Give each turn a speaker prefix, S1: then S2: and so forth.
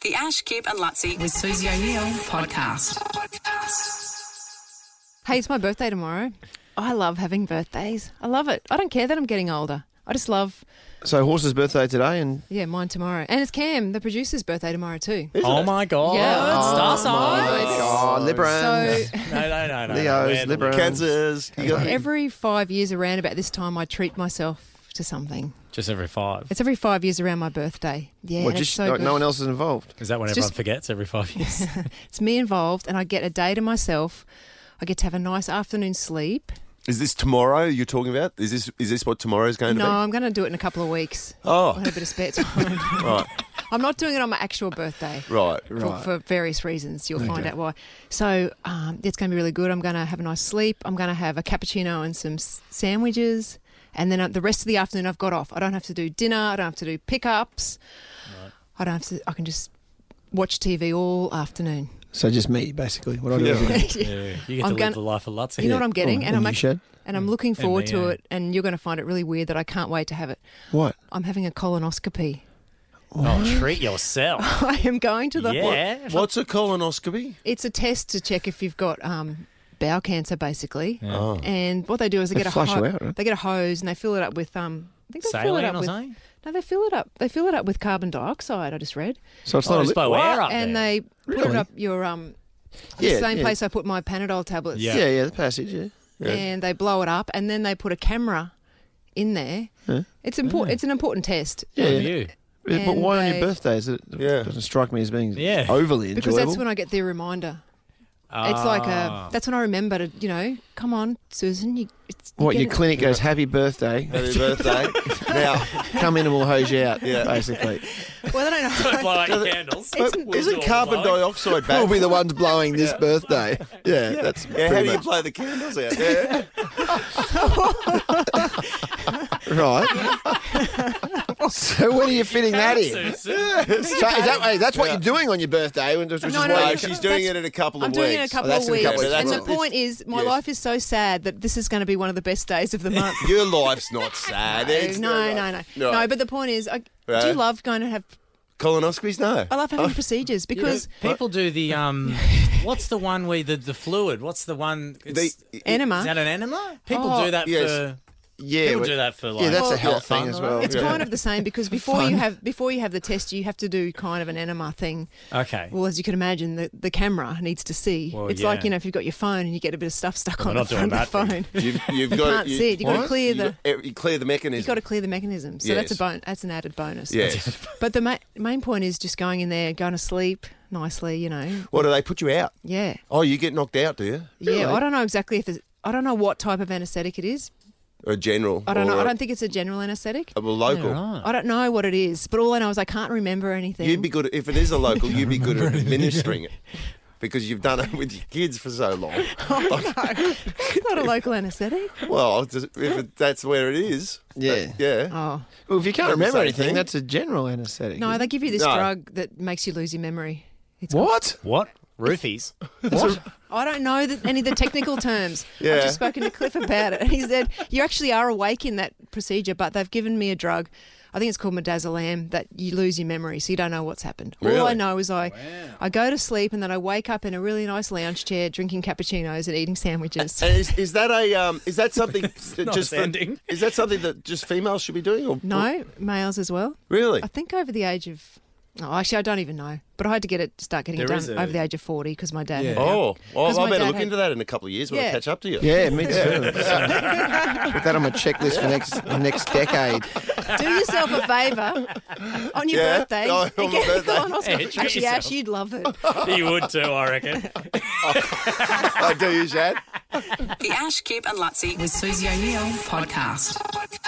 S1: The Ash, Gabe, and Lutzi.
S2: with Susie O'Neill podcast.
S3: Hey, it's my birthday tomorrow. Oh, I love having birthdays. I love it. I don't care that I'm getting older. I just love,
S4: So horse's birthday today, and
S3: yeah, mine tomorrow. And it's Cam, the producer's birthday tomorrow too.
S5: Oh my god!
S3: Yeah. my
S5: Star signs.
S4: oh, Libran,
S3: So
S5: No, no, no, no.
S4: Leo's,
S5: We're-
S4: Libra.
S6: Cancers. You got
S3: every five years around about this time, I treat myself to something.
S5: Just every five.
S3: It's every five years around my birthday. Yeah,
S4: well,
S3: and
S4: just
S3: it's so
S4: like,
S3: good.
S4: no one else is involved.
S5: Is that when
S3: It's
S5: everyone
S3: just-
S5: forgets every five years?
S3: It's me involved, and I get a day to myself. I get to have a nice afternoon sleep.
S6: Is this tomorrow you're talking about? Is this is this what tomorrow's going
S3: No,
S6: to
S3: I'm going to do it in a couple of weeks.
S6: be? Oh,
S3: I had a bit of spare time.
S6: right,
S3: I'm not doing it on my actual birthday.
S6: right.
S3: for, for various reasons. You'll find out why. So um, it's going to be really good. I'm going to have a nice sleep. I'm going to have a cappuccino and some s- sandwiches. And then uh, the rest of the afternoon, I've got off. I don't have to do dinner. I don't have to do pickups. I don't have to. I can just watch TV all afternoon.
S4: So just me, basically. What I do
S6: Yeah.
S4: every day.
S5: Yeah, you get to
S3: I'm
S5: live
S3: gonna-
S5: the life of Lutzy.
S3: You know what I'm getting,
S4: Oh,
S3: and I'm
S4: you
S3: act-
S4: should.
S3: and I'm looking forward
S5: me,
S3: to
S5: yeah.
S3: it. And you're going to find it really weird that I can't wait to have it.
S4: What?
S3: I'm having a colonoscopy.
S5: Oh, treat yourself.
S3: I am going to the.
S5: yeah.
S6: What's a colonoscopy?
S3: It's a test to check if you've got um, bowel cancer, basically.
S6: Oh.
S3: And what they do is they,
S4: They
S3: get a
S4: flush
S3: ho-
S4: you out, right?
S3: They get a hose and they fill it up with um. I think they fill it
S5: Saline
S3: up
S5: or
S3: with.
S5: something?
S3: No, they fill it up. They fill it up with carbon dioxide. I just read.
S4: So it's
S5: Oh,
S4: not.
S5: it's
S4: a
S5: by
S4: li-
S5: where up
S3: and
S5: there?
S3: they put it
S4: Really?
S3: up your um.
S4: Yeah,
S3: the same
S4: yeah.
S3: place I put my Panadol tablets.
S5: Yeah.
S4: yeah, yeah, the passage. Yeah.
S3: And they blow it up, and then they put a camera in there. It's important. It's an important test.
S4: Yeah,
S5: Good
S4: yeah.
S5: for you.
S4: Yeah, But
S3: And
S4: why on
S3: they-
S4: your birthday? Is it,
S6: Yeah.
S4: doesn't strike me as being
S5: Yeah.
S4: overly enjoyable.
S3: Because that's when I get the reminder. It's like
S5: Ah.
S3: a. That's when I remember to, you know, come on, Susan. You, it's, you
S4: what
S3: get
S4: your
S3: it.
S4: clinic goes, happy birthday.
S6: Happy birthday. now,
S4: Come in and we'll hose you out.
S6: Yeah.
S4: basically.
S3: Well, they don't
S5: Don't blow out your candles.
S6: but
S5: We'll do
S6: isn't
S5: all
S6: carbon
S5: the blowing.
S6: dioxide bad?
S4: we'll be the ones blowing this birthday. Yeah, that's
S6: yeah, how do
S4: pretty
S6: you
S4: much
S6: play the candles out there?
S4: right. so when are you fitting that in?
S5: Susan.
S4: So is that hey, that's what you're doing on your birthday, which is
S3: No,
S4: why
S3: no,
S6: no,
S3: you-
S6: she's doing it in a couple of
S3: I'm
S6: weeks.
S3: doing it in a couple
S4: that's
S3: of
S4: in a
S6: Oh,
S3: weeks.
S4: couple of
S3: and
S4: weeks.
S3: the point is, my
S6: Yes.
S3: life is so sad that this is going to be one of the best days of the month.
S6: Your life's not sad.
S3: no, no, no, no.
S6: Right.
S3: but the point is, I do
S6: Right.
S3: love going to have.
S6: Colonoscopies, no.
S3: I love having procedures because
S5: People do the um. What's the one where the, the fluid? What's the one? It's,
S6: They-
S3: enema.
S5: is that an enema? People
S3: Oh.
S5: do that
S6: Yes.
S5: for.
S4: Yeah,
S5: People
S4: but-
S5: do that for like.
S4: yeah, that's
S3: Well,
S4: a health
S6: yeah,
S4: thing
S6: fun,
S4: as well.
S3: it's
S4: yeah.
S3: kind of the same because before you have before you have the test, you have to do kind of an enema thing.
S5: Okay.
S3: Well, as you can imagine, the, the camera needs to see.
S5: Well,
S3: it's
S5: yeah.
S3: like you know if you've got your phone and you get a bit of stuff stuck
S5: Well,
S3: on
S5: we're
S3: the
S5: not doing
S3: front of the phone.
S5: that
S6: You've, you've
S3: You
S6: got,
S3: can't see it. You've got to
S6: what?
S3: clear the-
S6: You got- e, you clear the mechanism.
S3: You've got to clear the mechanism, so that's a
S6: Yes.
S3: bon- that's an added bonus.
S6: Yes.
S3: But the ma- main point is just going in there, going to sleep nicely, you know.
S6: what do they put you out?
S3: Yeah.
S6: Oh, you get knocked out, do you?
S3: Yeah, I don't know exactly if it's, I don't know what type of anesthetic it is.
S6: Or general?
S3: I don't know.
S6: or
S3: I
S6: a-
S3: don't think it's a general anesthetic.
S6: a local.
S3: I don't know what it is, but all I know is I can't remember anything.
S6: You'd be good if it is a local. You'd be good at administering it because you've done it with your kids for so long.
S3: it's not a local anesthetic.
S6: Well, I'll just- if it, that's where it is,
S4: Yeah.
S6: that- yeah.
S3: Oh
S4: Well, if you can't
S6: Doesn't
S4: remember
S6: say
S4: anything,
S6: anything.
S4: that's a general anaesthetic.
S3: no, they give you this
S6: No.
S3: drug that makes you lose your memory. It's
S4: what?
S5: What? Roofies.
S3: I don't know that any of the technical terms.
S6: Yeah.
S3: I've just spoken to Cliff about it, and he said you actually are awake in that procedure, but they've given me a drug. I think it's called midazolam that you lose your memory, so you don't know what's happened. All I
S6: Really?
S3: know is I, I go to sleep and then I wake up in a really nice lounge chair, drinking cappuccinos and eating sandwiches.
S6: And is, is that a um, is that something that
S5: not
S6: just
S5: a ending.
S6: is that something that just females should be doing or
S3: No, males as well.
S6: really
S3: I think over the age of, oh, actually I don't even know, but I had to get it start getting
S5: There
S3: it
S5: is
S3: done
S5: a-
S3: over the age of forty because my dad.
S5: Yeah.
S3: had it.
S6: oh well
S3: 'Cause
S6: I
S3: my
S6: better
S3: dad
S6: look
S3: had-
S6: into that in a couple of years when
S3: Yeah.
S6: I catch up to you
S4: Yeah, me too. Put that on my checklist for next next decade.
S3: Do yourself a favour on your
S6: Yeah, Oh,
S3: birthday.
S6: on my
S3: Get a
S6: birthday.
S3: colonoscopy.
S5: Yeah, treat
S3: Actually, Ash,
S5: yourself.
S3: you'd love it.
S5: you would too, I reckon.
S6: I do use that
S1: The Ash, Gabe, and Lutzi.
S2: With Susie O'Neill podcast.